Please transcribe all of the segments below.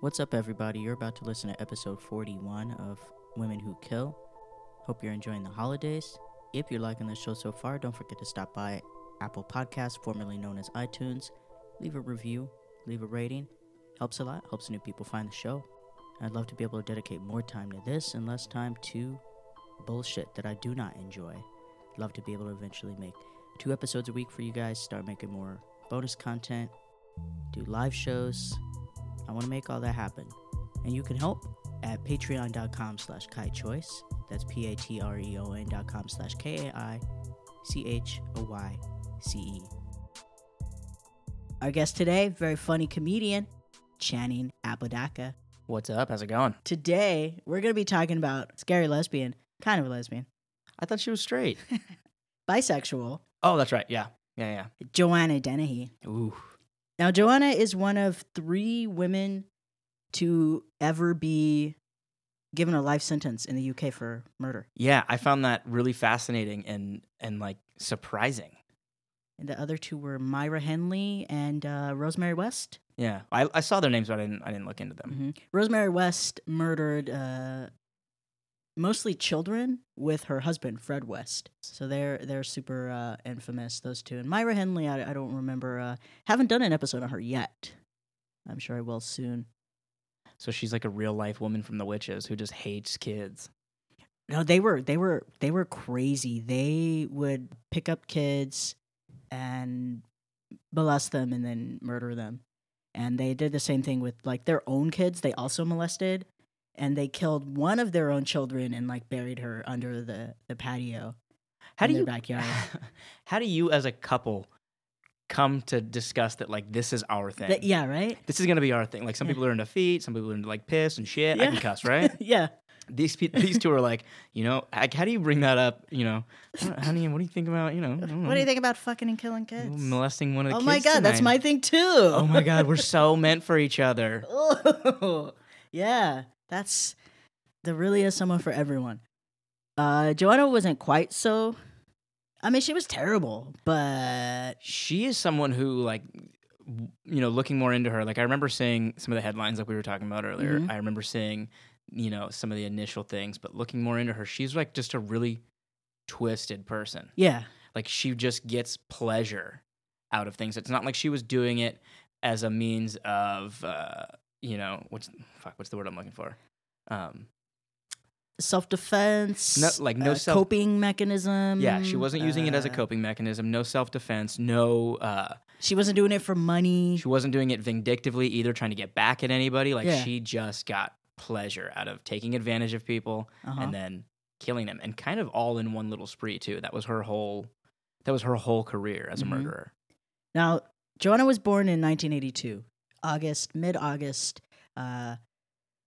What's up, everybody? You're about to listen to episode 41 of Women Who Kill. Hope you're enjoying the holidays. If you're liking the show so far, don't forget to stop by Apple Podcasts, formerly known as iTunes. Leave a review, leave a rating. Helps a lot, helps new people find the show. I'd love to be able to dedicate more time to this and less time to bullshit that I do not enjoy. Love to be able to eventually make two episodes a week for you guys, start making more bonus content, do live shows. I want to make all that happen. And you can help at patreon.com slash kaichoice. That's P-A-T-R-E-O-N E dot com slash K-A-I-C-H-O-Y-C-E. E. Our guest today, very funny comedian, Channing Apodaca. What's up? How's it going? Today, we're going to be talking about scary lesbian, kind of a lesbian, I thought she was straight. bisexual, oh, that's right. Yeah. Yeah, Joanna Dennehy. yeah. Ooh. Now, Joanna is one of three women to ever be given a life sentence in the UK for murder. Yeah, I found that really fascinating and and like surprising. And the other two were Myra Henley and uh, Rosemary West. Yeah. I, I saw their names but I didn't I didn't look into them. Mhm. Rosemary West murdered uh, mostly children with her husband Fred West. So they're they're super uh, infamous those two. And Myra Henley, I, I don't remember. Uh, haven't done an episode on her yet. I'm sure I will soon. So she's like a real life woman from the witches who just hates kids. No, they were they were they were crazy. They would pick up kids and molest them and then murder them. And they did the same thing with like their own kids. They also molested and they killed one of their own children and like buried her under the the patio. How in do their you backyard? How do you as a couple come to discuss that like this is our thing? That- yeah, right? This is gonna be our thing. Like some Yeah. people are into feet, some people are into like piss and shit. I Yeah. can cuss, right? yeah. these pe- these two are like, you know, like, how do you bring that up? You know, "What- honey, what do you think about you know? I don't What do know, you think about fucking and killing kids? molesting one of the oh kids? my god, that's my tonight?" thing too. oh my god, we're so meant for each other. Oh, yeah. That's there really is someone for everyone. Uh, Joanna wasn't quite so. I mean, she was terrible, but She is someone who like. w- You know, looking more into her, like I remember seeing some of the headlines, like we were talking about earlier. Mhm. I remember seeing, you know, some of the initial things, but looking more into her, she's like just a really twisted person. yeah, Like she just gets pleasure out of things. It's not like she was doing it as a means of uh, you know what's fuck what's the word I'm looking for. Um, self defense. No- like, no uh, self- coping mechanism. yeah, she wasn't using it as a uh, coping mechanism. No self defense. No, uh, She wasn't doing it for money. she wasn't doing it vindictively either, trying to get back at anybody. Like Yeah. she just got pleasure out of taking advantage of people Uh-huh. and then killing them, and kind of all in one little spree too. That was her whole. That was her whole career as a Mhm. murderer. Now, Joanna was born in 1982, August, mid August, uh,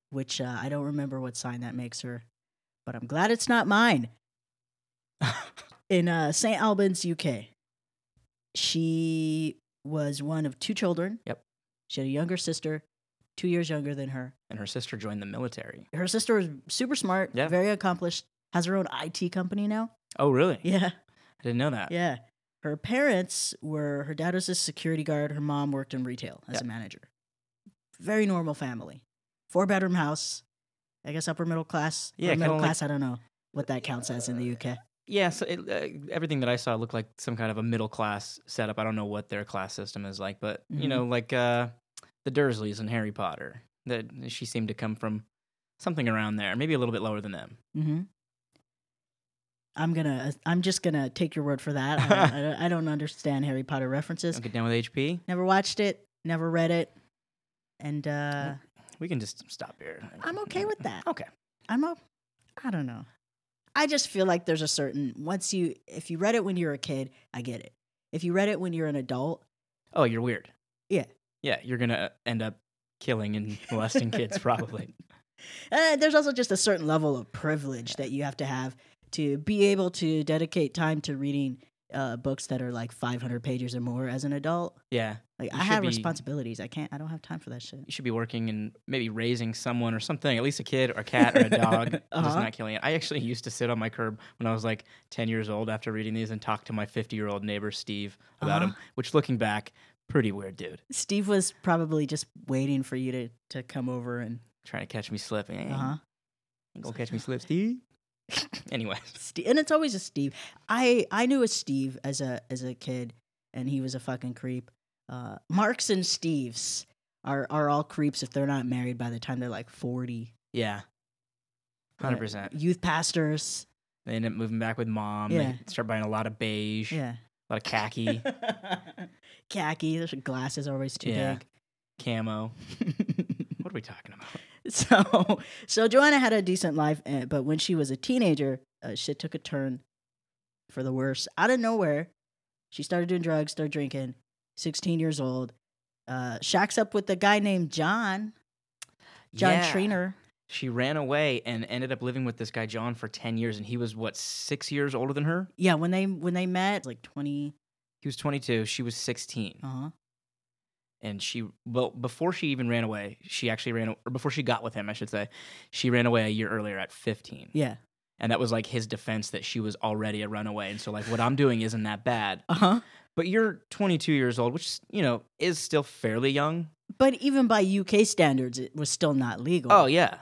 which uh, I don't remember what sign that makes her, but I'm glad it's not mine. in uh, St. Albans, UK. She was one of two children. Yep. She had a younger sister, two years younger than her. And her sister joined the military. Her sister was super smart, Yeah. very accomplished, has her own IT company now. Oh, really? Yeah. I didn't know that. Uh, Yeah. Her parents were her dad was a security guard, her mom worked in retail as Yeah. a manager. Very normal family. Four bedroom house. I guess upper middle class. Yeah, Upper middle kinda like- class, I don't know what that counts as in the UK. Yeah, so it, uh, everything that I saw looked like some kind of a middle class setup. I don't know what their class system is like, but Mhm. you know, like uh, the Dursleys and Harry Potter. That she seemed to come from something around there, maybe a little bit lower than them. Mm-hmm. I'm gonna. uh, I'm just gonna take your word for that. I don't, I don't, I don't understand Harry Potter references. Don't get down with HP. Never watched it. Never read it. And uh, We can just stop here. I'm okay with that. Okay. I'm a. I don't know. I just feel like there's a certain once you if you read it when you're a kid, I get it. If you read it when you're an adult, Oh, you're weird. Yeah. Yeah, you're gonna uh, end up killing and molesting kids probably. uh, there's also just a certain level of privilege that you have to have to be able to dedicate time to reading uh, books that are like 500 pages or more as an adult. Yeah, Like You I have should be- responsibilities. I can't. I don't have time for that shit. you should be working and maybe raising someone or something, at least a kid or a cat or a dog. Just Uh-huh. not killing it. I actually used to sit on my curb when I was like 10 years old after reading these and talk to my 50 year old neighbor, Steve, about Uh-huh. him, which looking back, Pretty weird dude. Steve was probably just waiting for you to, to come over and Trying to catch me slipping. Ain't uh huh. Gonna catch me slip, Steve. anyway. Steve, and it's always a Steve. I I knew a Steve as a as a kid, and he was a fucking creep. Uh, Marks and Steves are are all creeps if they're not married by the time they're like forty. Yeah. Yeah. 100%. Youth pastors, They end up moving back with mom. Yeah. They start buying a lot of beige, yeah, a lot of khaki, khaki. Their glasses are always too Yeah. big. camo. What are we talking about? so so Joanna had a decent life, eh, but when she was a teenager, uh, shit took a turn for the worse. Out of nowhere, she started doing drugs, started drinking. Sixteen years old, uh, shacks up with a guy named John John Yeah. Trainer. She ran away and ended up living with this guy, John, for 10 years. And he was, what, six years older than her? Yeah, when they when they met, like twenty. He was 22. She was 16. Uh huh. and she well before she even ran away she actually ran or before she got with him i should say she ran away a year earlier at 15 Yeah. and that was like his defense that she was already a runaway and so like what i'm doing isn't that bad Uh huh. but you're 22 years old which you know is still fairly young But even by UK standards, it was still not legal. oh yeah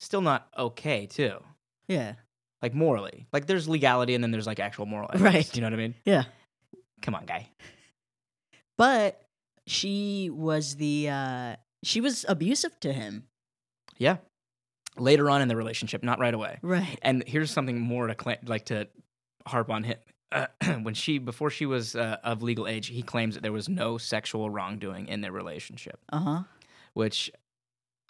still not okay too yeah. like morally like there's legality and then there's like actual moral ethics, Right. you know what i mean Yeah. come on guy But she was the uh, she was abusive to him. yeah later on in the relationship not right away Right. And here's something more to cla like to harp on him. Uh, when she before she was uh, of legal age, he claims that there was no sexual wrongdoing in their relationship, Uh huh. which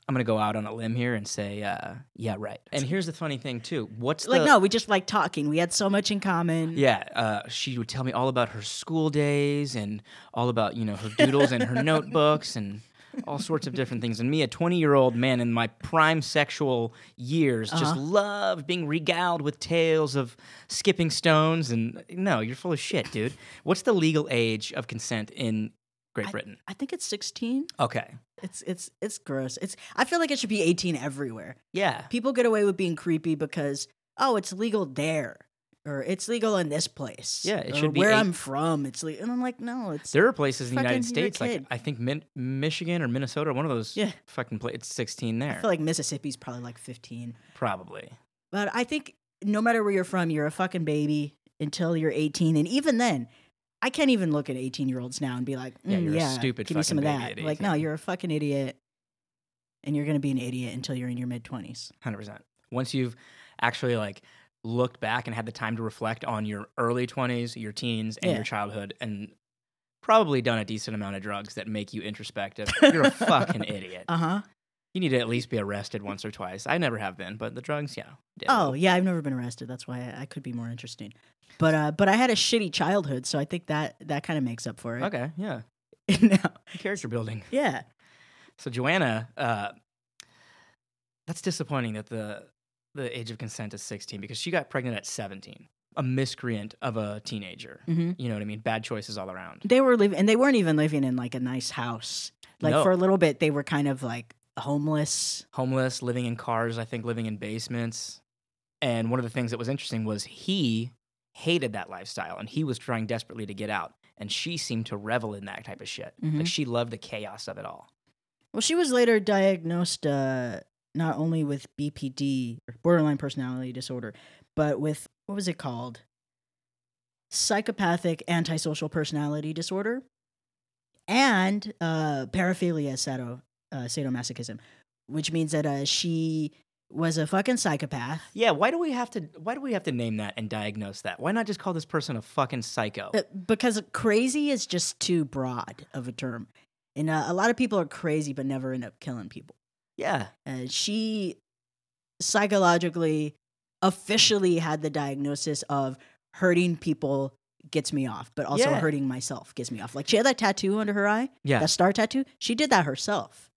I'm gonna go out on a limb here and say, uh, yeah, right. And here's the funny thing too. What's like the, no we just like talking we had so much in common Yeah, uh, she would tell me all about her school days and all about you know her doodles and her notebooks and all sorts of different things. And me, a twenty-year-old man in my prime sexual years, just Uh-huh. loved being regaled with tales of skipping stones. And no, you're full of shit, dude. What's the legal age of consent in Great Britain? i think it's 16 Okay, it's it's it's gross it's i feel like it should be 18 everywhere yeah, people get away with being creepy because oh it's legal there or it's legal in this place Yeah, it or should be where eight- i'm from it's legal and i'm like no it's there are places in the Fucking United you're a States, like kid. I think Min- Michigan or Minnesota, one of those Yeah. fucking places. It's sixteen i there, feel like mississippi's probably like 15 probably. but i think no matter where you're from you're a fucking baby until you're 18 and even then i can't even look at 18 year olds now and be like Yeah, "Mm, you're a stupid give me some of fucking baby that at like no 18. you're a fucking idiot and you're gonna be an idiot until you're in your mid 20s Hundred percent. Once you've actually like looked back and had the time to reflect on your early twenties, your teens, and Yeah. your childhood, and probably done a decent amount of drugs that make you introspective, you're a fucking idiot. Uh huh. You need to at least be arrested once or twice. I never have been, but the drugs, yeah. did. Oh yeah, I've never been arrested. That's why I, I could be more interesting. But uh, but I had a shitty childhood, so I think that that kind of makes up for it. okay, yeah. no. Character building. Yeah. So Joanna, uh, that's disappointing that the the age of consent is sixteen because she got pregnant at seventeen, a miscreant of a teenager. Mhm. You know what I mean? Bad choices all around. They were living, and they weren't even living in like a nice house. Like No. for a little bit, they were kind of like homeless. homeless, living in cars, I think living in basements. And one of the things that was interesting was he hated that lifestyle and he was trying desperately to get out. And she seemed to revel in that type of shit. Like Mhm. she loved the chaos of it all. Well, she was later diagnosed uh, not only with BPD, or borderline personality disorder, but with what was it called? Psychopathic antisocial personality disorder and uh, paraphilia sado, uh, sadomasochism, which means that uh, she was a fucking psychopath. Yeah, why do we have to why do we have to name that and diagnose that? Why not just call this person a fucking psycho? Uh, Because crazy is just too broad of a term. And uh, a lot of people are crazy but never end up killing people. yeah. uh, she psychologically officially had the diagnosis of hurting people gets me off but also Yeah. hurting myself gets me off like she had that tattoo under her eye Yeah. that star tattoo she did that herself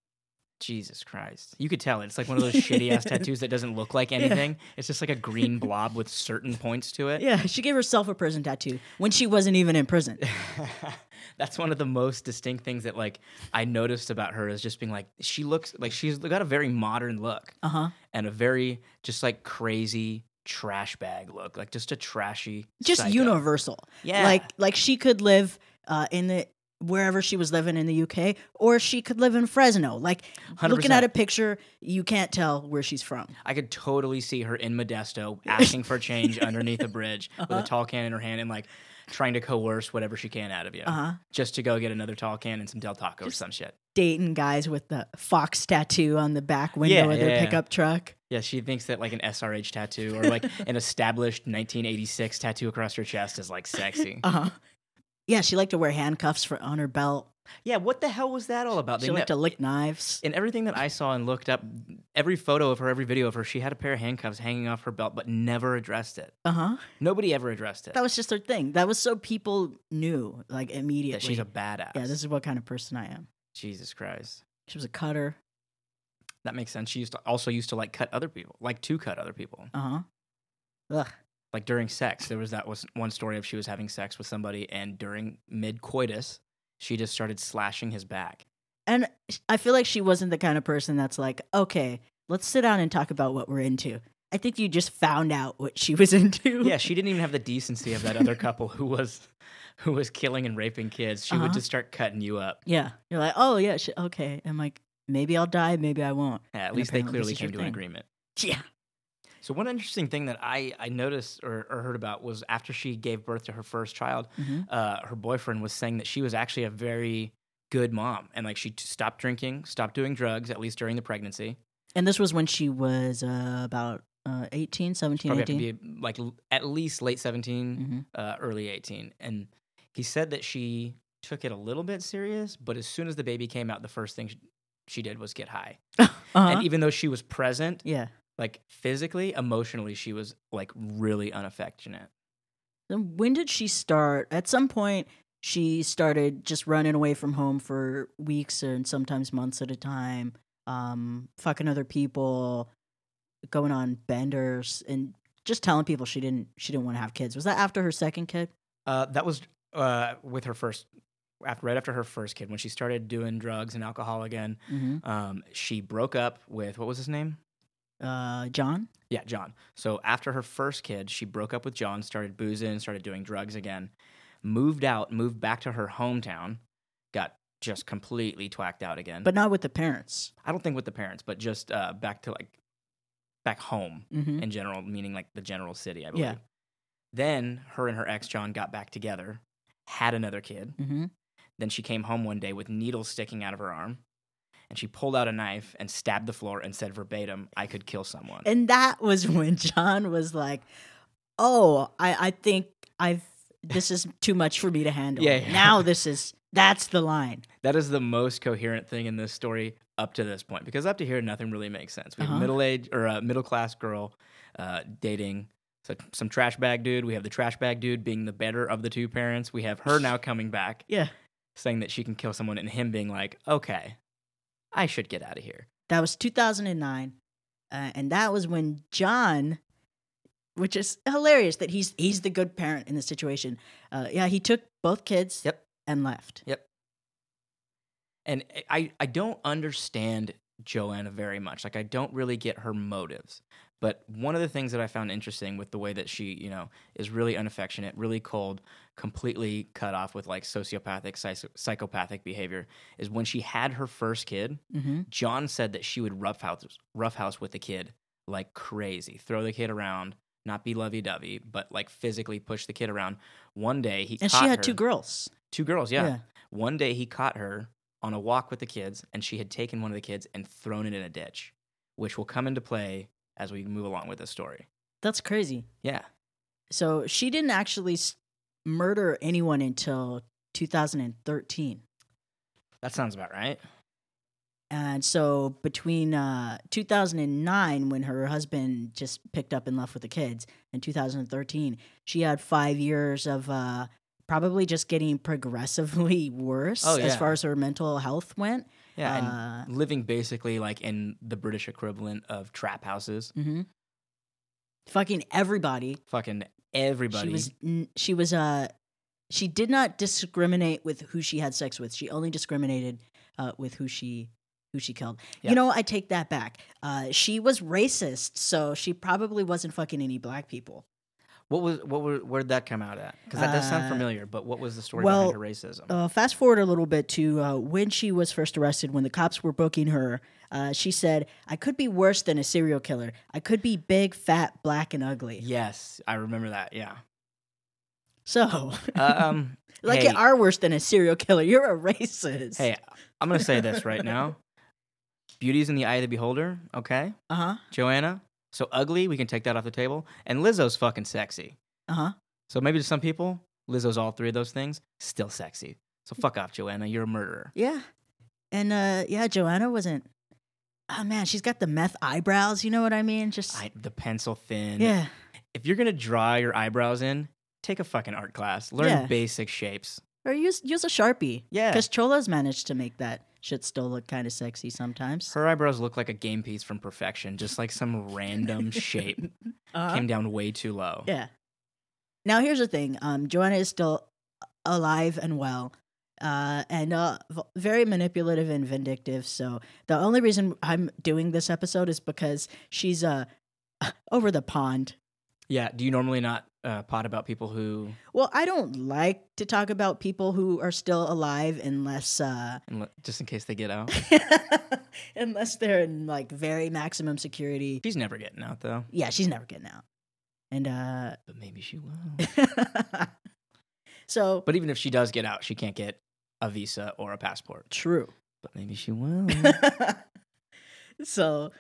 Jesus Christ. You could tell it's like one of those shitty ass tattoos that doesn't look like anything. It's just like a green blob with certain points to it. yeah she gave herself a prison tattoo when she wasn't even in prison That's one of the most distinct things that like I noticed about her is just being like she looks like she's got a very modern look uh-huh and a very just like crazy trash bag look, like just a trashy just psycho. universal Yeah. like like she could live uh, in the wherever she was living in the UK, or she could live in Fresno. Like 100%. looking at a picture, you can't tell where she's from. I could totally see her in Modesto asking for change underneath a bridge with Uh-huh. a tall can in her hand and like trying to coerce whatever she can out of you Uh-huh. just to go get another tall can and some Del Taco or some shit. Dating guys with the fox tattoo on the back window Yeah, of their yeah, yeah. pickup truck. Yeah, she thinks that like an SRH tattoo or like an established 1986 tattoo across her chest is like sexy. Uh huh. Yeah, she liked to wear handcuffs for on her belt. Yeah, what the hell was that all about? She Oh, They liked ne- to lick knives. in everything that I saw and looked up, every photo of her, every video of her, she had a pair of handcuffs hanging off her belt, but never addressed it. Uh huh. Nobody ever addressed it. That was just her thing. That was so people knew like that immediately. she's a badass. yeah, this is what kind of person I am. Jesus Christ. She was a cutter. That makes sense. She used to also used to like cut other people, like to cut other people, Uh huh. Ugh. like during sex. There was that was one story of she was having sex with somebody, and during mid coitus, she just started slashing his back. And I feel like she wasn't the kind of person that's like, okay, let's sit down and talk about what we're into. I think you just found out what she was into. Yeah, she didn't even have the decency of that other couple who was who was killing and raping kids. She would Uh-huh. just start cutting you up. Yeah. You're like, oh yeah, she, okay. I'm like, maybe I'll die, maybe I won't. Yeah, at And least they apparently this clearly is your came to an thing. agreement. Yeah. So one interesting thing that I, I noticed or, or heard about was after she gave birth to her first child, Mhm. uh, her boyfriend was saying that she was actually a very good mom and like she t- stopped drinking, stopped doing drugs at least during the pregnancy. And this was when she was uh, about uh, 18, 17, Probably 18. have to be like l- at least late 17, Mhm. uh, early 18. And he said that she took it a little bit serious, but as soon as the baby came out, the first thing she, she did was get high. Uh-huh. And even though she was present, yeah. like physically, emotionally, she was like really unaffectionate. Then when did she start? At some point, she started just running away from home for weeks and sometimes months at a time, um, fucking other people, going on benders, and just telling people she didn't she didn't want to have kids. Was that after her second kid? Uh, that was uh, with her first, after, right after her first kid, when she started doing drugs and alcohol again. Mm-hmm. Um, she broke up with what was his name? Uh, John. Yeah, John. So after her first kid, she broke up with John, started boozing, started doing drugs again, moved out, moved back to her hometown, got just completely twacked out again. but not with the parents. I don't think with the parents, but just uh, back to like back home Mm-hmm. in general, meaning like the general city, I believe. Yeah. Then her and her ex John got back together, had another kid. Mm-hmm. Then she came home one day with needles sticking out of her arm, and she pulled out a knife and stabbed the floor and said verbatim, "I could kill someone." And that was when John was like, "Oh, I, I think I've this is too much for me to handle. Yeah, yeah. Now this is that's the line." that is the most coherent thing in this story up to this point, because up to here nothing really makes sense. We have Uh-huh. a middle age or a middle class girl uh, dating. So some trash bag dude. We have the trash bag dude being the better of the two parents. We have her now coming back Yeah, saying that she can kill someone, and him being like, "Okay, I should get out of here." that was 2009, uh, and that was when John, which is hilarious that he's he's the good parent in this situation. Uh, yeah, he took both kids. Yep. and left. and I, I don't understand Joanna very much. Like I don't really get her motives. But one of the things that I found interesting with the way that she, you know, is really unaffectionate, really cold, completely cut off with like sociopathic, psych- psychopathic behavior is when she had her first kid, Mm-hmm. John said that she would roughhouse, roughhouse with the kid like crazy, throw the kid around, not be lovey dovey, but like physically push the kid around. One day he And caught she had her- two girls. two girls, yeah. One day he caught her on a walk with the kids, and she had taken one of the kids and thrown it in a ditch, which will come into play as we move along with this story. that's crazy. Yeah. So she didn't actually s- murder anyone until 2013. That sounds about right. And so between uh, 2009, when her husband just picked up and left with the kids, and 2013, she had five years of uh, probably just getting progressively worse Oh, as yeah. far as her mental health went. Yeah. and Uh, living basically like in the British equivalent of trap houses. mhm. Fucking everybody. Fucking everybody. She was. n- She was. Uh, she did not discriminate with who she had sex with. She only discriminated uh, with who she who she killed. Yeah. You know, I take that back. Uh, she was racist, so she probably wasn't fucking any black people. What was what were where did that come out at? Because that does sound Uh, familiar. But what was the story well, behind her racism? Uh, fast forward a little bit to uh, when she was first arrested, when the cops were booking her. Uh, she said, "I could be worse than a serial killer. I could be big, fat, black, and ugly." yes, I remember that. Yeah. So, Um, like, hey, you are worse than a serial killer. You're a racist. hey, I'm gonna say this right now. Beauty's in the eye of the beholder. Okay, Uh huh. Joanna. So ugly, we can take that off the table. And Lizzo's fucking sexy. Uh huh. So maybe to some people, Lizzo's all three of those things. Still sexy. So fuck off, Joanna. You're a murderer. Yeah. And uh, yeah, Joanna wasn't. Oh man, she's got the meth eyebrows. You know what I mean? Just I, the pencil thin. yeah. If you're gonna draw your eyebrows in, take a fucking art class. Learn Yeah. basic shapes. Or use use a sharpie. Yeah. Because Chola's managed to make that shit still look kind of sexy sometimes. Her eyebrows look like a game piece from Perfection, just like some random shape Uh-huh. came down way too low. Yeah. Now here's the thing. Um, Joanna is still alive and well, uh, and uh, v- very manipulative and vindictive. So the only reason I'm doing this episode is because she's uh over the pond. Yeah, Do you normally not uh, pot about people who? Well, I don't like to talk about people who are still alive unless uh, unle- Just in case they get out, unless they're in like very maximum security. she's never getting out though. Yeah, she's never getting out. And uh, But maybe she will. so but even if she does get out, she can't get a visa or a passport. true. But maybe she will. so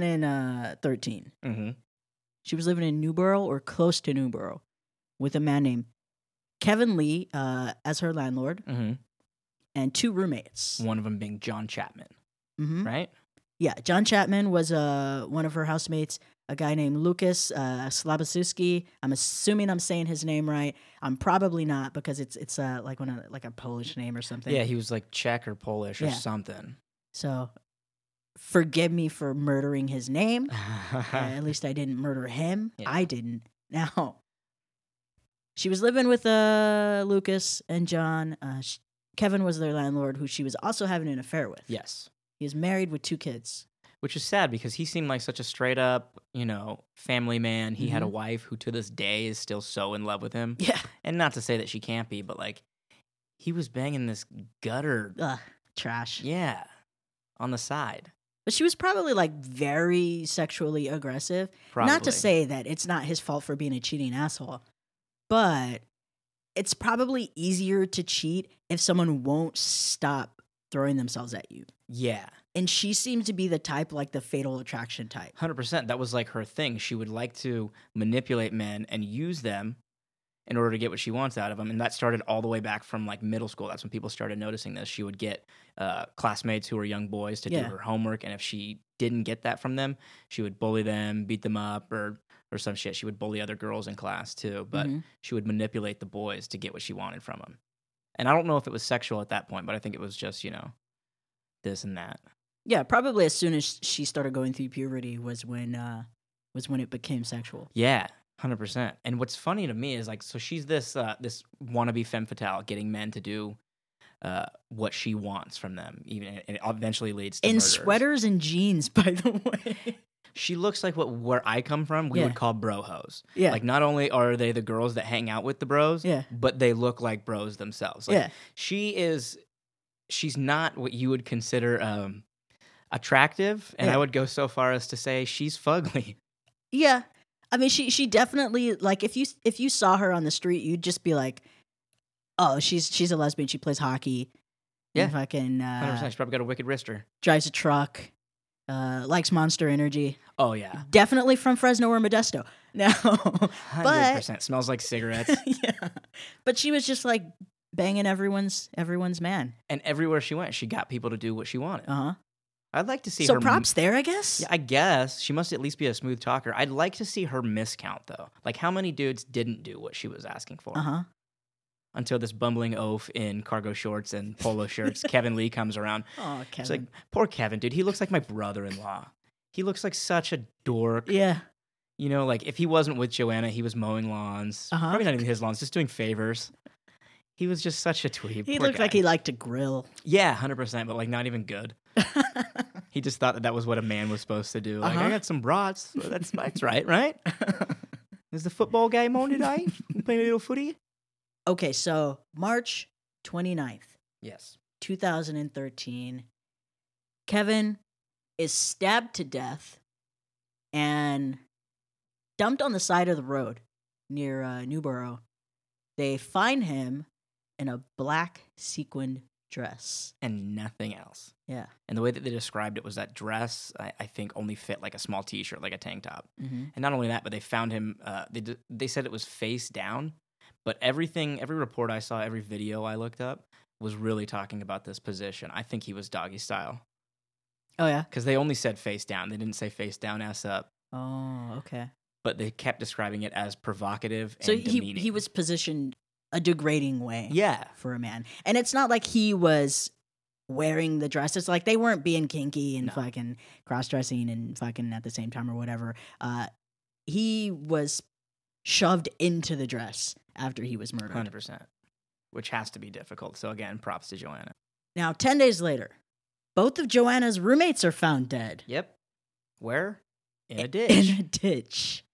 2013 hmm she was living in newborough or close to newborough with a man named kevin lee uh, as her landlord hmm and two roommates One of them being John Chapman, Mhm. right? yeah john chapman was uh, one of her housemates a guy named lucas uh, slabasuski i'm assuming i'm saying his name right i'm probably not because it's it's uh, like one of like a polish name or something Yeah, he was like Czech or Polish or Yeah. something. so forgive me for murdering his name Uh, at least I didn't murder him. Yeah. I didn't. Now, she was living with uh, Lucas and John. Uh, sh- Kevin was their landlord, who she was also having an affair with. yes, He was married with two kids. which is sad because he seemed like such a straight up, you know, family man. He had a wife who to this day is still so in love with him. Yeah. And not to say that she can't be, but like he was banging this gutter. Ugh, trash. Yeah. On the side. But she was probably like very sexually aggressive. Probably. Not to say that it's not his fault for being a cheating asshole, but it's probably easier to cheat if someone won't stop throwing themselves at you. Yeah. and she seemed to be the type like the fatal attraction type 100%. That was like her thing. She would like to manipulate men and use them in order to get what she wants out of them. And that started all the way back from like middle school. That's when people started noticing this. She would get uh, classmates who were young boys to Yeah. do her homework. And if she didn't get that from them, she would bully them, beat them up, or, or some shit. She would bully other girls in class too. But Mhm. she would manipulate the boys to get what she wanted from them. And I don't know if it was sexual at that point, but I think it was just, you know, this and that. yeah probably as soon as she started going through puberty was when uh was when it became sexual Yeah, hundred percent. And what's funny to me is like, so she's this uh, this wannabe femme fatale, getting men to do uh, what she wants from them, even and it eventually leads to in murders. sweaters and jeans by the way She looks like what where I come from, we Yeah. would call bro hoes. yeah Like not only are they the girls that hang out with the bros, yeah but they look like bros themselves. Like, yeah she is she's not what you would consider um attractive and Yeah. i would go so far as to say she's fugly yeah i mean she she definitely like if you if you saw her on the street you'd just be like oh she's she's a lesbian she plays hockey Yeah. and fucking 100% uh, she's probably got a wicked wrister drives a truck uh likes monster energy oh yeah definitely from fresno or modesto now 100% smells like cigarettes yeah. But she was just like banging everyone's everyone's man. and everywhere she went she got people to do what she wanted Uh huh. i'd like to see So her m- props there, I guess. yeah, I guess she must at least be a smooth talker. I'd like to see her miscount though. Like how many dudes didn't do what she was asking for Uh huh. until this bumbling oaf in cargo shorts and polo shirts, Kevin Lee comes around Oh, Kevin. It's like, poor Kevin, dude. He looks like my brother in law. He looks like such a dork. yeah. You know, like if he wasn't with Joanna, he was mowing lawns. Uh-huh. Probably not even his lawns, just doing favors. He was just such a tweeb. He Poor looked like guy. he liked to grill. Yeah, 100%, but like not even good. He just thought that that was what a man was supposed to do. Like, Uh-huh. I got some brats. That's, that's right, right? Is the football game on today? We Playing a little footy? Okay, so March 29th, Yes. 2013, Kevin is stabbed to death and dumped on the side of the road near uh, Newborough. They find him in a black sequined dress. And nothing else. Yeah. And the way that they described it was that dress, I, I think, only fit like a small t shirt, like a tank top. Mm-hmm. And not only that, but they found him. Uh, they d- they said it was face down, but everything, every report I saw, every video I looked up was really talking about this position. I think he was doggy style Oh, yeah. because they only said face down. They didn't say face down, ass up. Oh, okay. But they kept describing it as provocative. So and he, demeaning. he was positioned a degrading way. yeah, for a man. And it's not like he was wearing the dress. It's like they weren't being kinky and No. fucking cross dressing and fucking at the same time or whatever. Uh, he was shoved into the dress after he was murdered. hundred percent, which has to be difficult. So again, props to Joanna. Now, 10 days later, both of Joanna's roommates are found dead Yep, where in a ditch? in a ditch.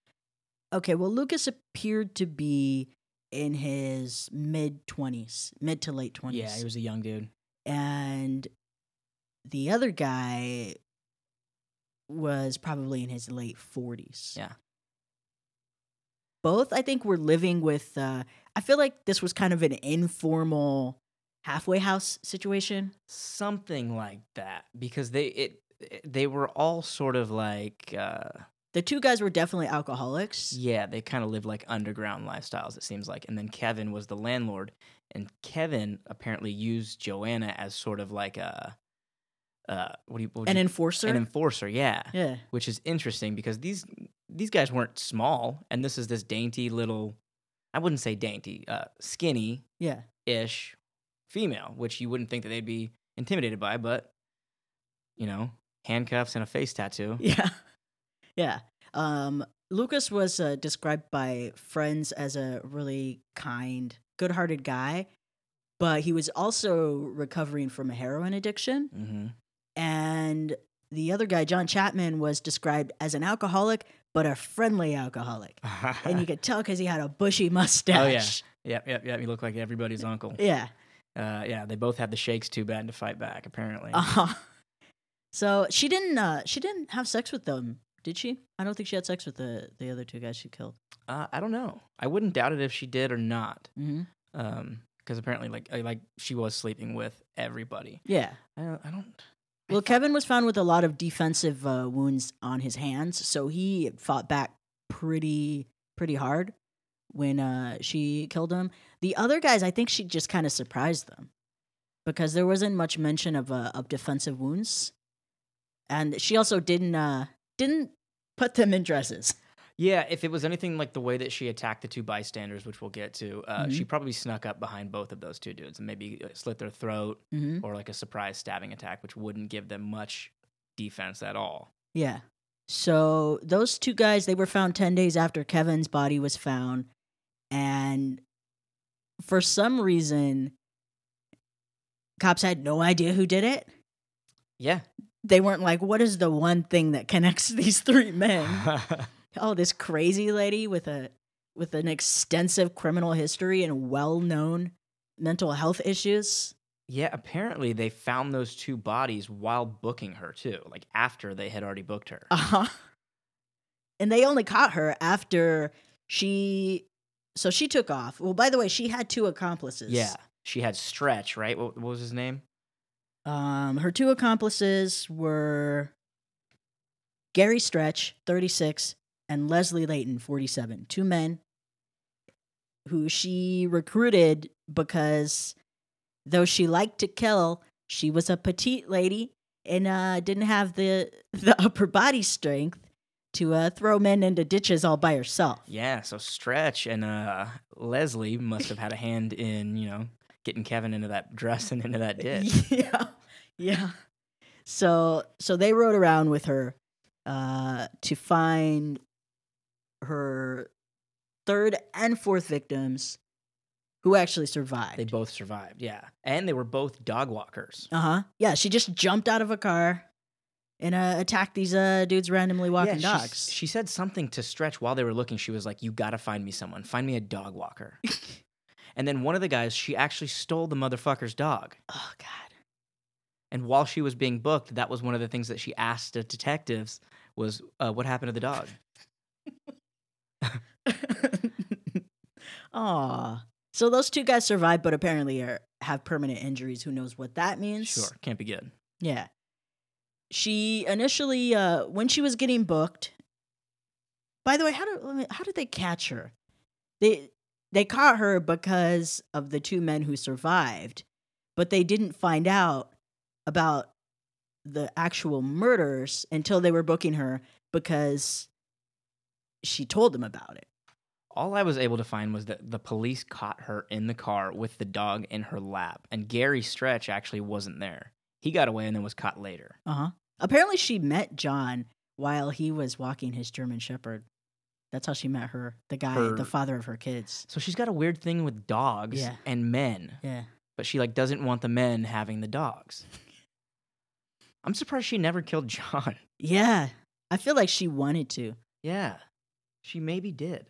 Okay, well, Lucas appeared to be in his mid 20s, mid to late 20s. yeah, he was a young dude. and the other guy was probably in his late 40s. Yeah. Both, I think, were living with, uh, I feel like this was kind of an informal halfway house situation. Something like that, because they it it- they were all sort of like. Uh, The two guys were definitely alcoholics. Yeah, they kind of live like underground lifestyles, it seems like. And then Kevin was the landlord, and Kevin apparently used Joanna as sort of like a uh, what do you what would An you- enforcer. an enforcer, yeah. yeah. Which is interesting because these these guys weren't small, and this is this dainty little, I wouldn't say dainty, uh, skinny Yeah. ish female, which you wouldn't think that they'd be intimidated by, but you know, handcuffs and a face tattoo. Yeah. Yeah. Um, Lucas was uh, described by friends as a really kind, good hearted guy, but he was also recovering from a heroin addiction. Mm-hmm. And the other guy, John Chapman, was described as an alcoholic, but a friendly alcoholic. And you could tell because he had a bushy mustache. Yep, yep, yep. You look like everybody's uncle. Yeah. Uh, yeah, they both had the shakes too bad to fight back. Apparently, Uh-huh. So she didn't. Uh, she didn't have sex with them, did she? I don't think she had sex with the the other two guys she killed. uh, I don't know. I wouldn't doubt it if she did or not, Mm-hmm. because apparently, like, uh, like she was sleeping with everybody. Yeah. I don't. I don't I Well, thought- Kevin was found with a lot of defensive uh, wounds on his hands, so he fought back pretty pretty hard when uh, she killed him. The other guys, I think she just kind of surprised them because there wasn't much mention of uh, of defensive wounds, and she also didn't uh, didn't put them in dresses. Yeah, if it was anything like the way that she attacked the two bystanders, which we'll get to, uh, Mhm. she probably snuck up behind both of those two dudes and maybe uh, slit their throat Mm-hmm. or like a surprise stabbing attack, which wouldn't give them much defense at all. Yeah. So those two guys, they were found 10 days after Kevin's body was found. And for some reason, cops had no idea who did it. Yeah. They weren't like, what is the one thing that connects these three men? oh, this crazy lady with a with an extensive criminal history and well-known mental health issues. Yeah, apparently they found those two bodies while booking her too, like after they had already booked her. Uh-huh. And they only caught her after she so she took off. Well, by the way, she had two accomplices. yeah, she had Stretch, right? What, what was his name? Um her two accomplices were Gary Stretch, 36, and Leslie Layton, 47. Two men who she recruited because though she liked to kill, she was a petite lady and uh, didn't have the the upper body strength to uh, throw men into ditches all by herself. Yeah, so Stretch and uh, Leslie must have had a hand in, you know, getting Kevin into that dress and into that ditch. Yeah. Yeah. So so they rode around with her uh to find her third and fourth victims who actually survived. They both survived, yeah. And they were both dog walkers. uh-huh. Yeah, she just jumped out of a car and uh, attacked these uh, dudes randomly walking Yeah, she s- dogs. She said something to Stretch while they were looking. She was like, "You gotta find me someone. Find me a dog walker." and then one of the guys, she actually stole the motherfucker's dog. oh God. And while she was being booked, that was one of the things that she asked the detectives was, uh, "What happened to the dog?" Aw. So those two guys survived, but apparently are, have permanent injuries. Who knows what that means? sure, can't be good. Yeah. She initially, uh, when she was getting booked. By the way, how did let me- how did they catch her? They they caught her because of the two men who survived, but they didn't find out about the actual murders until they were booking her because she told them about it. All I was able to find was that the police caught her in the car with the dog in her lap, and Gary Stretch actually wasn't there. He got away and then was caught later. Uh huh. Apparently, she met John while he was walking his German Shepherd. That's how she met her, the guy, Her- the father of her kids. So she's got a weird thing with dogs Yeah. and men. Yeah. but she like doesn't want the men having the dogs. I'm surprised she never killed John. Yeah. I feel like she wanted to. Yeah. She maybe did.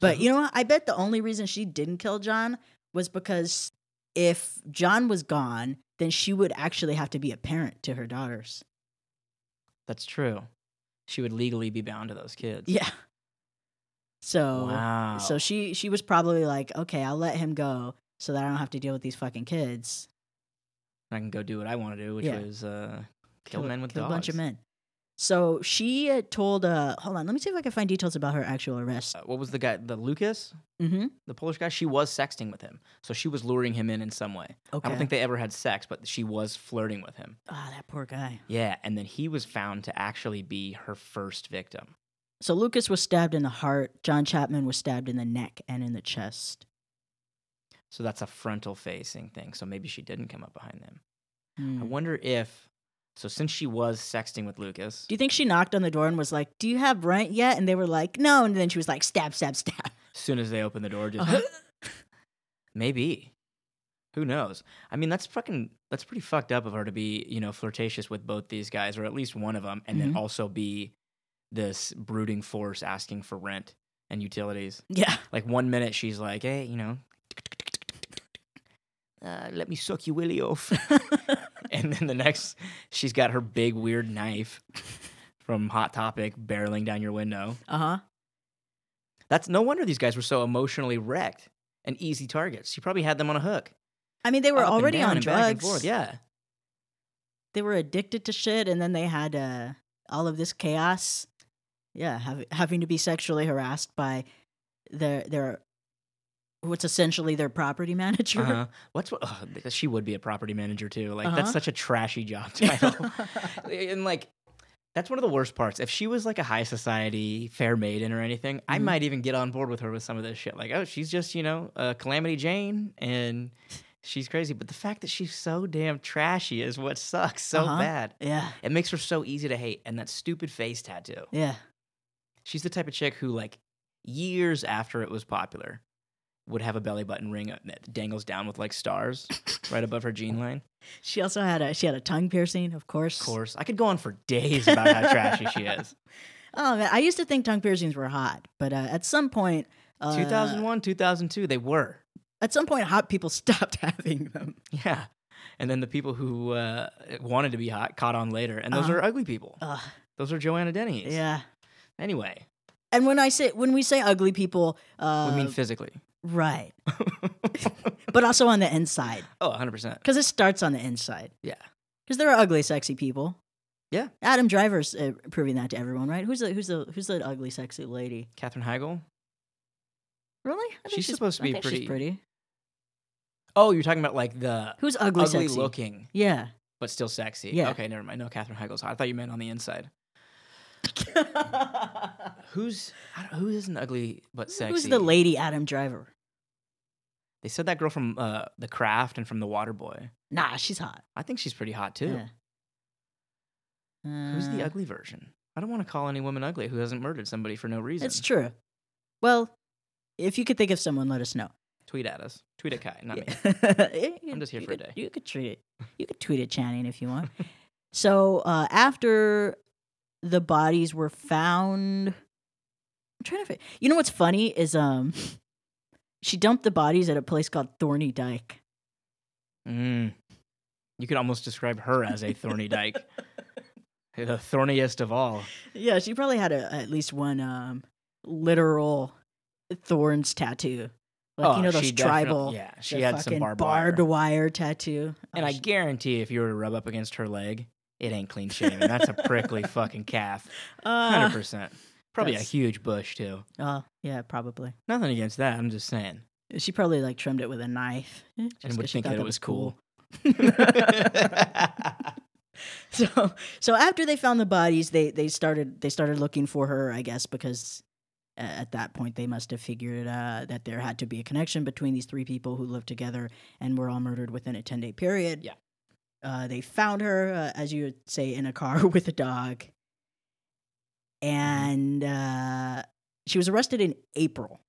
But you know what? I bet the only reason she didn't kill John was because if John was gone, then she would actually have to be a parent to her daughters. That's true. She would legally be bound to those kids. Yeah. So Wow. so she she was probably like, "Okay, I'll let him go so that I don't have to deal with these fucking kids." I can go do what I want to do, which Yeah. was uh, kill, men with kill dogs. a bunch of men. So she uh, told uh hold on, let me see if I can find details about her actual arrest. Uh, what was the guy? The Lucas, Mhm. the Polish guy. She was sexting with him, so she was luring him in in some way. Okay. I don't think they ever had sex, but she was flirting with him. Ah, that poor guy. Yeah, and then he was found to actually be her first victim. So Lucas was stabbed in the heart. John Chapman was stabbed in the neck and in the chest. So that's a frontal facing thing. So maybe she didn't come up behind them. Hmm. I wonder if so since she was sexting with Lucas. Do you think she knocked on the door and was like, "Do you have rent yet?" And they were like, "No." And then she was like, "Stab, stab, stab." As soon as they open the door, just Uh-huh. maybe. Who knows? I mean, that's fucking that's pretty fucked up of her to be, you know, flirtatious with both these guys or at least one of them and Mhm. then also be this brooding force asking for rent and utilities. yeah. Like one minute she's like, "Hey, you know, uh, let me suck your willy off." and then the next she's got her big weird knife from hot topic barreling down your window Uh huh. that's no wonder these guys were so emotionally wrecked and easy targets she probably had them on a hook I mean, they were Up and already down on and drugs. back and forth. yeah They were addicted to shit, and then they had uh, all of this chaos. Yeah, hav- having to be sexually harassed by their their what's essentially their property manager. uh-huh. what's what oh, th- she would be a property manager too like Uh-huh. that's such a trashy job title and like that's one of the worst parts. If she was like a high society fair maiden or anything, I Mhm. might even get on board with her with some of this shit. Like, oh, she's just you know uh, Calamity Jane, and she's crazy. But the fact that she's so damn trashy is what sucks so Uh-huh. bad. yeah. It makes her so easy to hate. And that stupid face tattoo. Yeah. She's the type of chick who, like, years after it was popular, would have a belly button ring that dangles down with like stars right above her jean line. She also had a she had a tongue piercing, of course. Of course, I could go on for days about how trashy she is. Oh man, I used to think tongue piercings were hot, but uh, at some point, uh, 2001, 2002, they were. At some point, hot people stopped having them. Yeah. And then the people who uh, wanted to be hot caught on later. And those Uh-huh. are ugly people. Ugh, Those are Joanna Denny's. yeah. Anyway, And when I say when we say ugly people, uh, we mean physically. right, oh, but also on the inside 100%. because it starts on the inside. Yeah. Because there are ugly, sexy people. Yeah. Adam Driver's uh, proving that to everyone, right? Who's the who's the who's the ugly, sexy lady? Katherine Heigl. Really? I think She's supposed to I be think pretty- She's pretty. Oh, you're talking about like the Who's ugly, ugly sexy? looking, Yeah. but still sexy. Yeah. Okay, never mind. No, Katherine Heigl's hot. I thought you meant on the inside. Who's I don't, who isn't ugly but sexy? Who's the lady Adam Driver? They said that girl from uh, The Craft and from The Water Boy. Nah, she's hot. I think she's pretty hot too. Yeah. Who's Uh, the ugly version? I don't want to call any woman ugly who hasn't murdered somebody for no reason. It's true. Well, if you could think of someone, let us know. Tweet at us. Tweet at Kai, not me. Yeah. I'm just here You for a could- day. You could treat it. You could tweet at Channing if you want. So uh, after the bodies were found, I'm trying to. Fi- you know what's funny is um, she dumped the bodies at a place called Thorny Dyke. Mm. You could almost describe her as a thorny dyke, the thorniest of all. Yeah, she probably had a, at least one um, literal thorns tattoo, like you know those Oh, she defi- tribal. Yeah, she the had some fucking barbed, barbed wire. wire tattoo. Oh, And I she- guarantee if you were to rub up against her leg, it ain't clean shaven. That's a prickly fucking calf. Uh, 100%. Probably a that's- huge bush, too. Oh, yeah, probably. Nothing against that. I'm just saying. She probably like trimmed it with a knife. eh, just and 'cause would she think thought that it was cool. So, so after they found the bodies, they they started they started looking for her, I guess, because a- at that point they must have figured uh, that there had to be a connection between these three people who lived together and were all murdered within a ten day period. Yeah. Uh, they found her, uh, as you would say, in a car with a dog, Mm-hmm. and uh, she was arrested in April.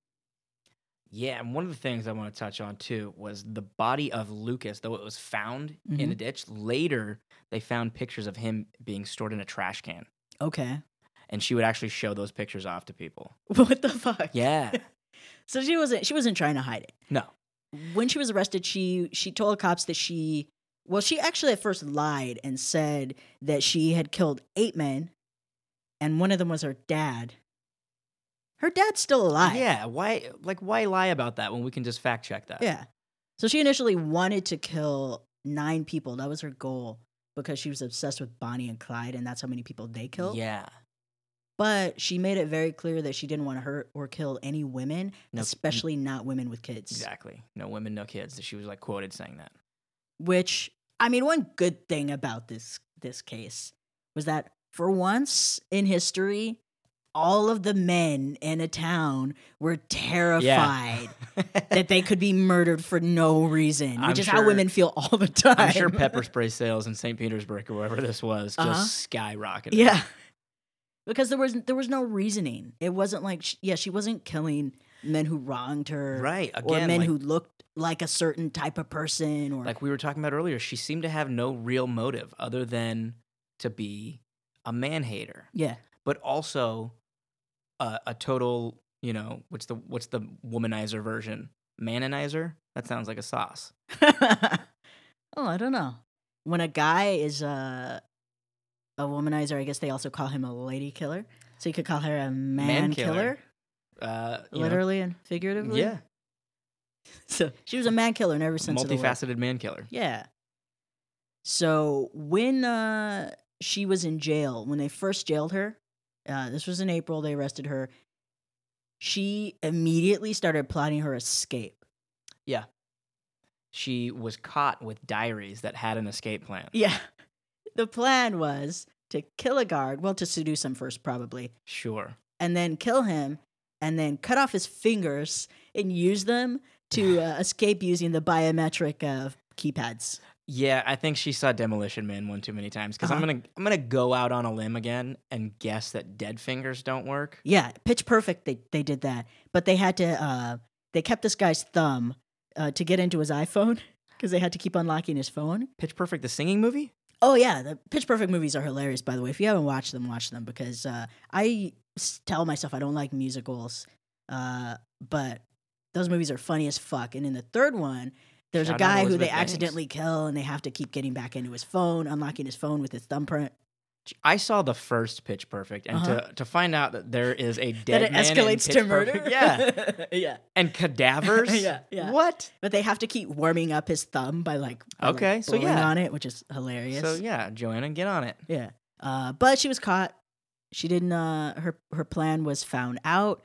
yeah, and one of the things I want to touch on, too, was the body of Lucas, though it was found Mm-hmm. in a ditch. Later, they found pictures of him being stored in a trash can. Okay, And she would actually show those pictures off to people. what the fuck? Yeah. So she wasn't she wasn't trying to hide it. No. When she was arrested, she she told cops that she well, she actually at first lied and said that she had killed eight men and one of them was her dad. Her dad's still alive. Yeah. Why? Like, why lie about that when we can just fact check that? Yeah. So she initially wanted to kill nine people. That was her goal because she was obsessed with Bonnie and Clyde and that's how many people they killed. Yeah. But she made it very clear that she didn't want to hurt or kill any women, No, especially not women with kids. Exactly. No women, no kids. She was like quoted saying that. which I mean, one good thing about this this case was that for once in history, all of the men in a town were terrified that they could be murdered for no reason, I'm which is how sure- women feel all the time. I'm sure pepper spray sales in St. Petersburg or wherever this was just Uh-huh. skyrocketed. yeah, because there was there was no reasoning. It wasn't like sh yeah, she wasn't killing men who wronged her, Right. or Again, men like, who looked like a certain type of person, or like we were talking about earlier, she seemed to have no real motive other than to be a man hater, yeah, but also a, a total, you know, what's the what's the womanizer version? Manonizer? That sounds like a sauce. oh, I don't know. When a guy is a a womanizer, I guess they also call him a lady killer. So you could call her a man, killer, killer, Uh, you know, literally and figuratively. yeah, So she was a man killer in every sense of the word. multifaceted man killer. Yeah. So when uh, she was in jail, when they first jailed her, uh, this was in April. They arrested her. She immediately started plotting her escape. she was caught with diaries that had an escape plan. Yeah. The plan was to kill a guard, well, to seduce him first, probably, Sure. and then kill him, and then cut off his fingers and use them to uh, escape using the biometric uh, keypads. Yeah, I think she saw Demolition Man one too many times because I'm Uh-huh. gonna I'm gonna go out on a limb again and guess that dead fingers don't work. Yeah, Pitch Perfect, they, they did that, but they had to, uh, they kept this guy's thumb uh, to get into his iPhone because they had to keep unlocking his phone. Pitch Perfect, the singing movie. Oh yeah, the Pitch Perfect movies are hilarious. By the way, if you haven't watched them, watch them because uh, I s- tell myself I don't like musicals, uh, but those movies are funny as fuck. And in the third one, there's Shout a out guy who they Elizabeth Banks. accidentally kill, and they have to keep getting back into his phone, unlocking his phone with his thumbprint. I saw the first Pitch Perfect, and to, to find out that there is a dead Uh-huh. That it man in escalates Pitch to murder. Perfect- yeah, yeah, and cadavers. yeah, yeah. What? But they have to keep warming up his thumb by like by, like, Okay, so blowing yeah. on it, which is hilarious. So yeah, Joanna, get on it. Yeah. Uh, but she was caught. She didn't. Uh, her her plan was found out,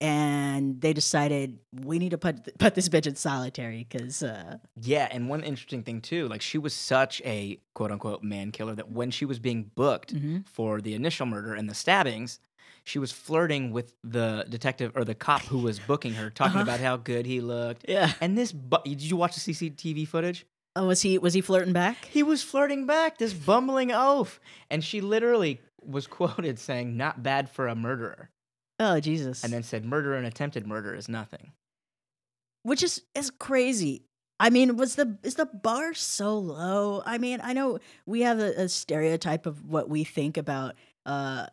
and they decided we need to put put this bitch in solitary because uh, Yeah, and one interesting thing too, like she was such a quote unquote man killer that when she was being booked, for the initial murder and the stabbings, she was flirting with the detective or the cop who was booking her, talking Uh-huh. about how good he looked. yeah. And this, bu- did you watch the CCTV footage? Oh, was he was he flirting back? He was flirting back, this bumbling oaf. And she literally was quoted saying, not bad for a murderer. Oh Jesus! And then said, murder and attempted murder is nothing. which is is crazy. I mean, was the is the bar so low? I mean, I know we have a, a stereotype of what we think about uh,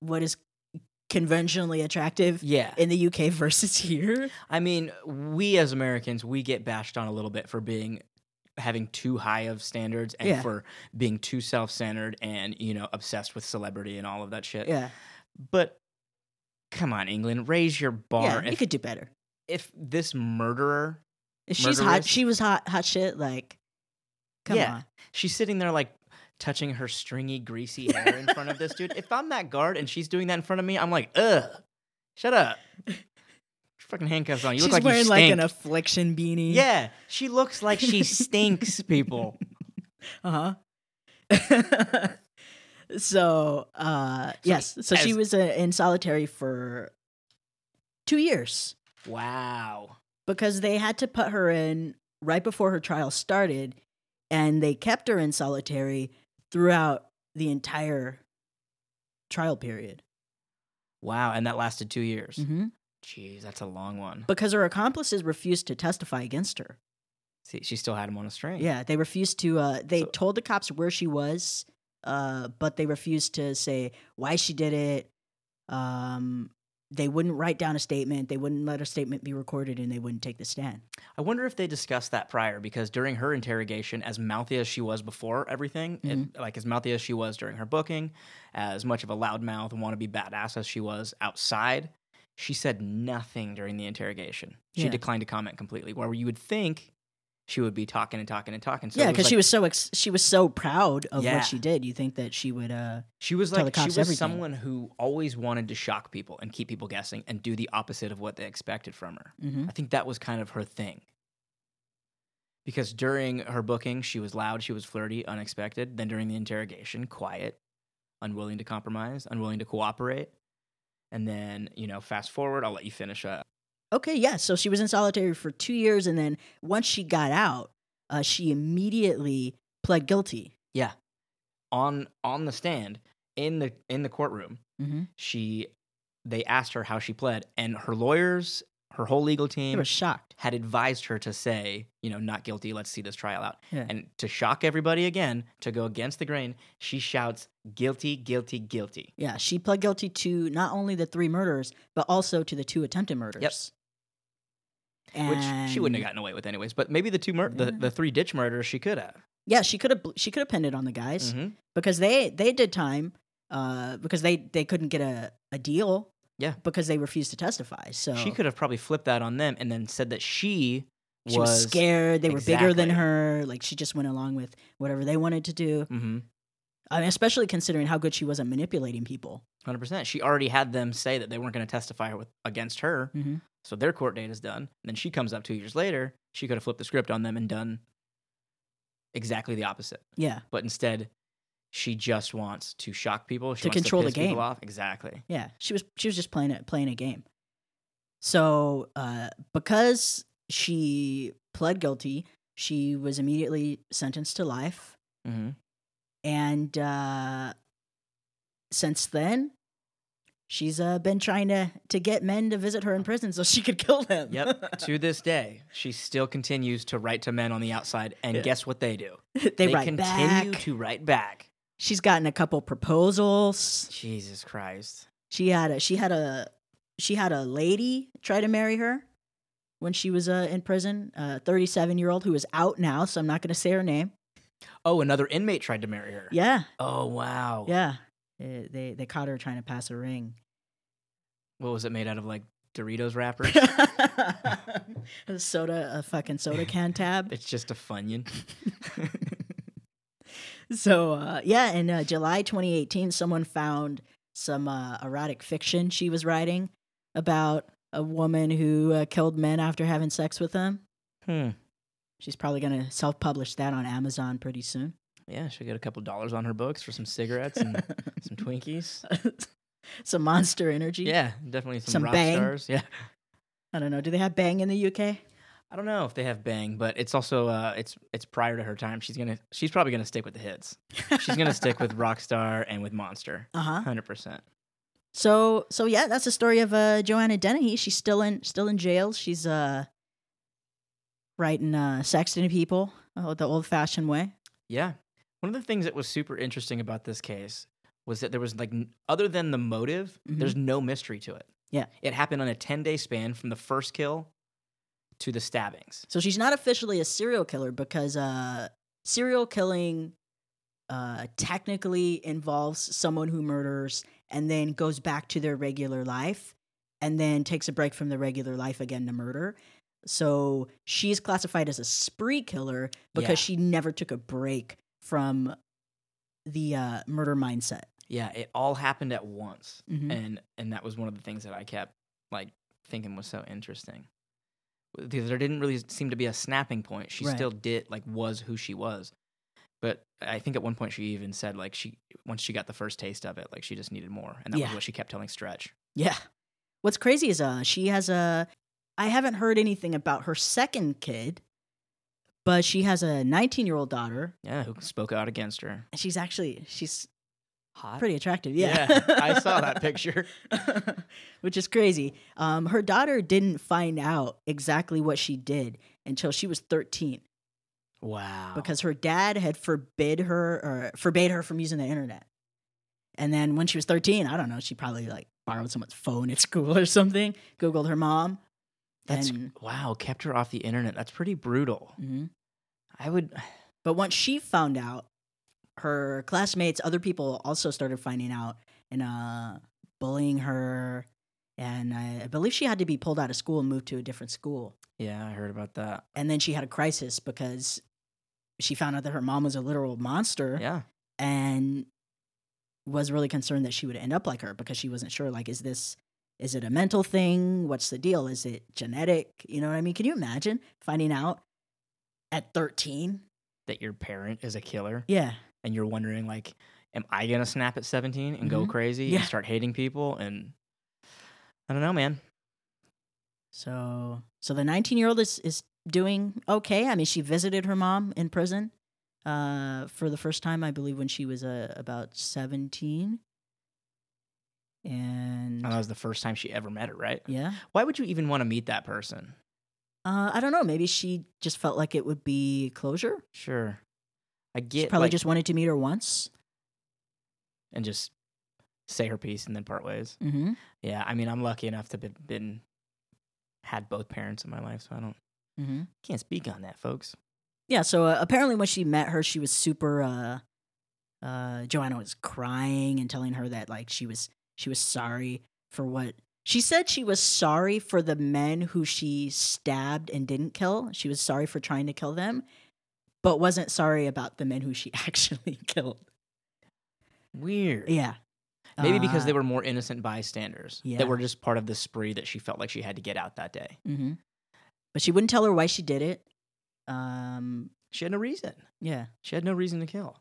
what is conventionally attractive Yeah. in the UK versus here. I mean, we as Americans, we get bashed on a little bit for being having too high of standards and Yeah. for being too self-centered and, you know, obsessed with celebrity and all of that shit. Yeah, But come on, England, raise your bar. yeah, you if, could do better. if this murderer, If she's hot, murderous. she was hot, hot shit. Like, come Yeah. on, she's sitting there like touching her stringy, greasy hair in front of this dude. If I'm that guard and she's doing that in front of me, I'm like, ugh, shut up. Put your Fucking handcuffs on. You she's look like wearing you like stink. an affliction beanie. yeah, she looks like she stinks, people. Uh huh. Uh-huh. so, uh, yes. So she as- was uh, in solitary for two years Wow. because they had to put her in right before her trial started, and they kept her in solitary throughout the entire trial period Wow, and that lasted two years. mm-hmm. Jeez, that's a long one. because her accomplices refused to testify against her. See, she still had him on a string. Yeah, they refused to. Uh, they So- told the cops where she was, uh, but they refused to say why she did it. Um, they wouldn't write down a statement. They wouldn't let her statement be recorded, and they wouldn't take the stand. I wonder if they discussed that prior because during her interrogation, as mouthy as she was before everything, it- Mm-hmm. like as mouthy as she was during her booking, as much of a loudmouth and wannabe badass as she was outside, she said nothing during the interrogation. She Yeah. declined to comment completely. Where you would think she would be talking and talking and talking. So yeah, it was because she like- was so ex- she was so proud of Yeah. what she did. You think that she would? Uh, She was Tell like the she cops was everything. someone who always wanted to shock people and keep people guessing and do the opposite of what they expected from her. mhm. I think that was kind of her thing. Because during her booking, she was loud, she was flirty, unexpected. Then during the interrogation, quiet, unwilling to compromise, unwilling to cooperate. And then, you know, fast forward, I'll let you finish up. Okay, yeah. So she was in solitary for two years, and then once she got out, uh, she immediately pled guilty. On on the stand in the in the courtroom, Mm-hmm. she they asked her how she pled and her lawyers, her whole legal They team were shocked. had advised her to say, you know, not guilty, let's see this trial out. Yeah. And to shock everybody again, to go against the grain, she shouts, guilty, guilty, guilty. Yeah, she pled guilty to not only the three murders, but also to the two attempted murders. Which she wouldn't have gotten away with anyways, but maybe the two mur- the, Yeah. the three ditch murders she could have. Yeah, she could have. She could have pinned it on the guys Mhm. because they they did time uh, because they they couldn't get a, a deal. Yeah. because they refused to testify. So She could have probably flipped that on them and then said that she, She was, scared. They were bigger than Exactly. her. Like she just went along with whatever they wanted to do. hmm I mean, especially considering how good she was at manipulating people. 100%. She already had them say that they weren't going to testify with, against her. Mhm. So their court date is done. Then she comes up two years later. She could have flipped the script on them and done exactly the opposite. Yeah, but instead she just wants to shock people she To wants control to the piss people game. off exactly yeah. She was she was just playing a playing a game. So uh, because she pled guilty, she was immediately sentenced to life. mm-hmm. And uh, since then, she's uh, been trying to, to get men to visit her in prison so she could kill them. yep to this day she still continues to write to men on the outside and Yeah. guess what they do they, write continue back. to write back she's gotten a couple proposals. jesus christ She had a she had a she had a lady try to marry her when she was uh, in prison. A 37 year old who is out now, so I'm not going to say her name. oh another inmate tried to marry her Yeah, oh wow yeah. They, they they caught her trying to pass a ring. what was it made out of like doritos wrappers a soda, a fucking soda can tab. it's just a funyun So uh, yeah, in uh, July 2018, someone found some uh, erotic fiction she was writing about a woman who uh, killed men after having sex with them. hmm. She's probably gonna self-publish that on Amazon pretty soon. yeah she'll get a couple dollars on her books for some cigarettes and some twinkies some Monster Energy. yeah definitely some, Some rock Bang. stars yeah I don't know. Do they have Bang in the UK? I don't know if they have Bang, but it's also uh, it's it's prior to her time. She's gonna she's probably gonna stick with the hits. She's gonna stick with Rockstar and with Monster, Uh huh. hundred percent. So so yeah, that's the story of uh, Joanna Dennehy. She's still in still in jail. She's uh writing uh, sexting people uh, the old fashioned way. Yeah. One of the things that was super interesting about this case was that there was like n- other than the motive, Mhm. there's no mystery to it. Yeah. It happened on a 10-day span from the first kill to the stabbings. So she's not officially a serial killer because uh, serial killing uh, technically involves someone who murders and then goes back to their regular life and then takes a break from the regular life again to murder. So she's classified as a spree killer because Yeah. she never took a break from the uh, murder mindset. Yeah, it all happened at once. Mhm. and and that was one of the things that I kept like thinking was so interesting. Th- There didn't really seem to be a snapping point. She Right. still did like was who she was, but I think at one point she even said like she once she got the first taste of it, like she just needed more, and that Yeah. was what she kept telling Stretch. Yeah. What's crazy is uh she has a I haven't heard anything about her second kid, but she has a 19-year-old daughter. Yeah, who spoke out against her? And she's actually she's Hot. pretty attractive. Yeah. I saw that picture. Which is crazy. Um her daughter didn't find out exactly what she did until she was 13 Wow. because her dad had forbid her or forbade her from using the internet. And then when she was 13, I don't know, she probably like borrowed someone's phone at school or something, googled her mom. that's and- wow kept her off the internet. That's pretty brutal. Mhm. I would. But once she found out, her classmates, other people also started finding out and uh, bullying her. And I, I believe she had to be pulled out of school and moved to a different school. Yeah, I heard about that. And then she had a crisis because she found out that her mom was a literal monster Yeah. and was really concerned that she would end up like her because she wasn't sure like is this is it a mental thing what's the deal is it genetic you know what i mean can you imagine finding out at 13 That your parent is a killer. yeah and you're wondering like am i going to snap at 17 and go Mhm. crazy Yeah. and start hating people and i don't know man So so the 19 year old is is doing okay. I mean, she visited her mom in prison uh, for the first time, I believe, when she was uh, about 17. And and that was the first time she ever met her right yeah, why would you even want to meet that person uh, I don't know. Maybe she just felt like it would be closure. sure i She get probably like- just wanted to meet her once. and just say her piece and then part ways Mm-hmm. yeah i mean i'm lucky enough to have been had both parents in my life so i don't Mm-hmm. can't speak on that folks Yeah, so uh, apparently when she met her, she was super uh uh Joanna was crying and telling her that like she was she was sorry for what she said she was sorry for the men who she stabbed and didn't kill. She was sorry for trying to kill them, but wasn't sorry about the men who she actually killed. weird Yeah. maybe because Uh, they were more innocent bystanders yeah. that were just part of the spree that she felt like she had to get out that day mhm. But she wouldn't tell her why she did it. Um she had no reason yeah. She had no reason to kill.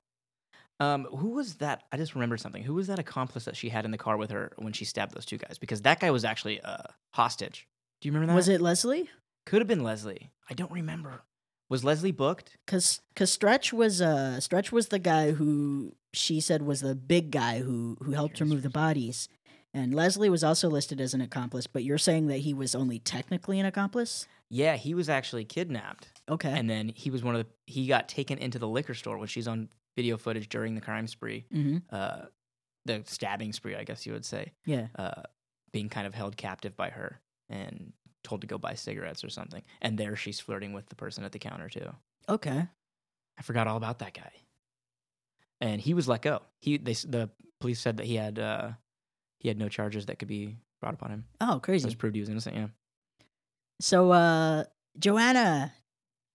Um, who was that? I just remembered something. Who was that accomplice that she had in the car with her when she stabbed those two guys? Because that guy was actually a hostage. Do you remember that? Was it Leslie? Could have been Leslie. I don't remember. Was Leslie booked? Cause, cause Stretch was uh Stretch was the guy who she said was the big guy who who helped Here's- remove the bodies, and Leslie was also listed as an accomplice. But you're saying that he was only technically an accomplice. Yeah, he was actually kidnapped, Okay. and then he was one of the. He got taken into the liquor store when she's on video footage during the crime spree, mm-hmm. uh, the stabbing spree, I guess you would say, Yeah. uh, being kind of held captive by her and told to go buy cigarettes or something. And there she's flirting with the person at the counter too. Okay. I forgot all about that guy. And he was let go. He they s- the police said that he had uh he had no charges that could be brought upon him. Oh, So it was crazy. proved he was innocent. Yeah. So, uh, Joanna,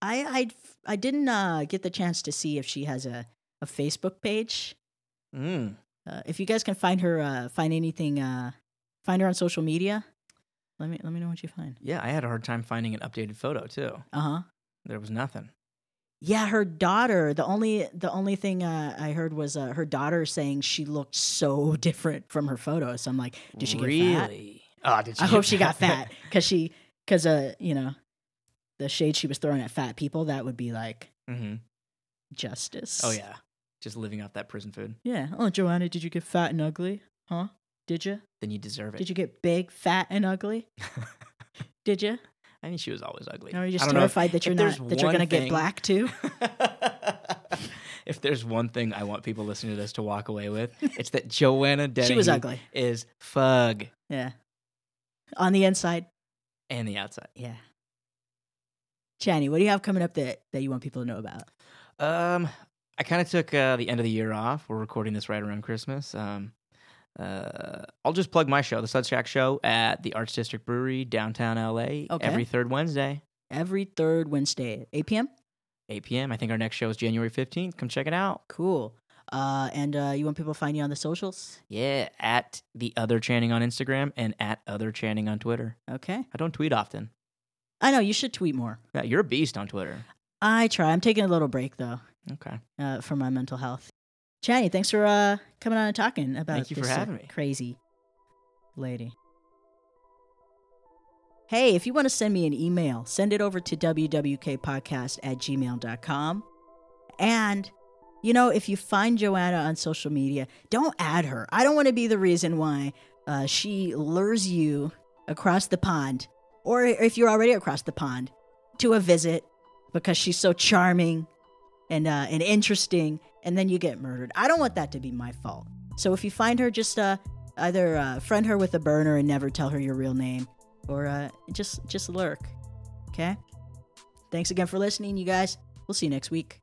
I I I didn't uh, get the chance to see if she has a a Facebook page. Mm. Uh, if you guys can find her, uh, find anything, uh, find her on social media. Let me let me know what you find. Yeah, I had a hard time finding an updated photo too. Uh huh. There was nothing. Yeah, her daughter. The only the only thing uh, I heard was uh, her daughter saying she looked so different from her photo. So I'm like, did she really? get fat? Oh, did she I get hope she got fat because she because uh you know the shade she was throwing at fat people that would be like Mhm. justice. Oh yeah. Just living off that prison food. yeah. Oh Joanna, did you get fat and ugly? Huh? Did you? Then you deserve it. Did you get big, fat, and ugly? did you? I I mean, she was always ugly. Now you're I just don't know if- terrified that you're there's not that you're one gonna thing- get black too. if there's one thing I want people listening to this to walk away with, it's that Joanna Dennehy She was ugly. is fug Yeah. On the inside. and the outside. Yeah. Chani, what do you have coming up that, that you want people to know about? Um, I kind of took uh, the end of the year off. We're recording this right around Christmas. Um, uh, I'll just plug my show, the Sud Shack Show, at the Arts District Brewery, downtown LA, Okay. every third Wednesday, Every third Wednesday at 8 p.m. 8 p.m. I think our next show is January 15th. Come check it out. Cool. Uh, and uh, you want people to find you on the socials? Yeah, at the other Channing on Instagram and at other Channing on Twitter. Okay. I don't tweet often. I know you should tweet more. Yeah, you're a beast on Twitter. I try. I'm taking a little break though Okay. uh, for my mental health. Chani, thanks for uh, coming on and talking about Thank you for this, uh, having me. crazy lady. Hey, if you want to send me an email, send it over to wwkpodcast at gmail.com. And, you know, if you find Joanna on social media, don't add her. I don't want to be the reason why uh, she lures you across the pond, or if you're already across the pond, to a visit because she's so charming and, uh, and interesting, and then you get murdered. I don't want that to be my fault. So if you find her, just uh, either uh, friend her with a burner and never tell her your real name, or uh, just just lurk. Okay. Thanks again for listening, you guys. We'll see you next week.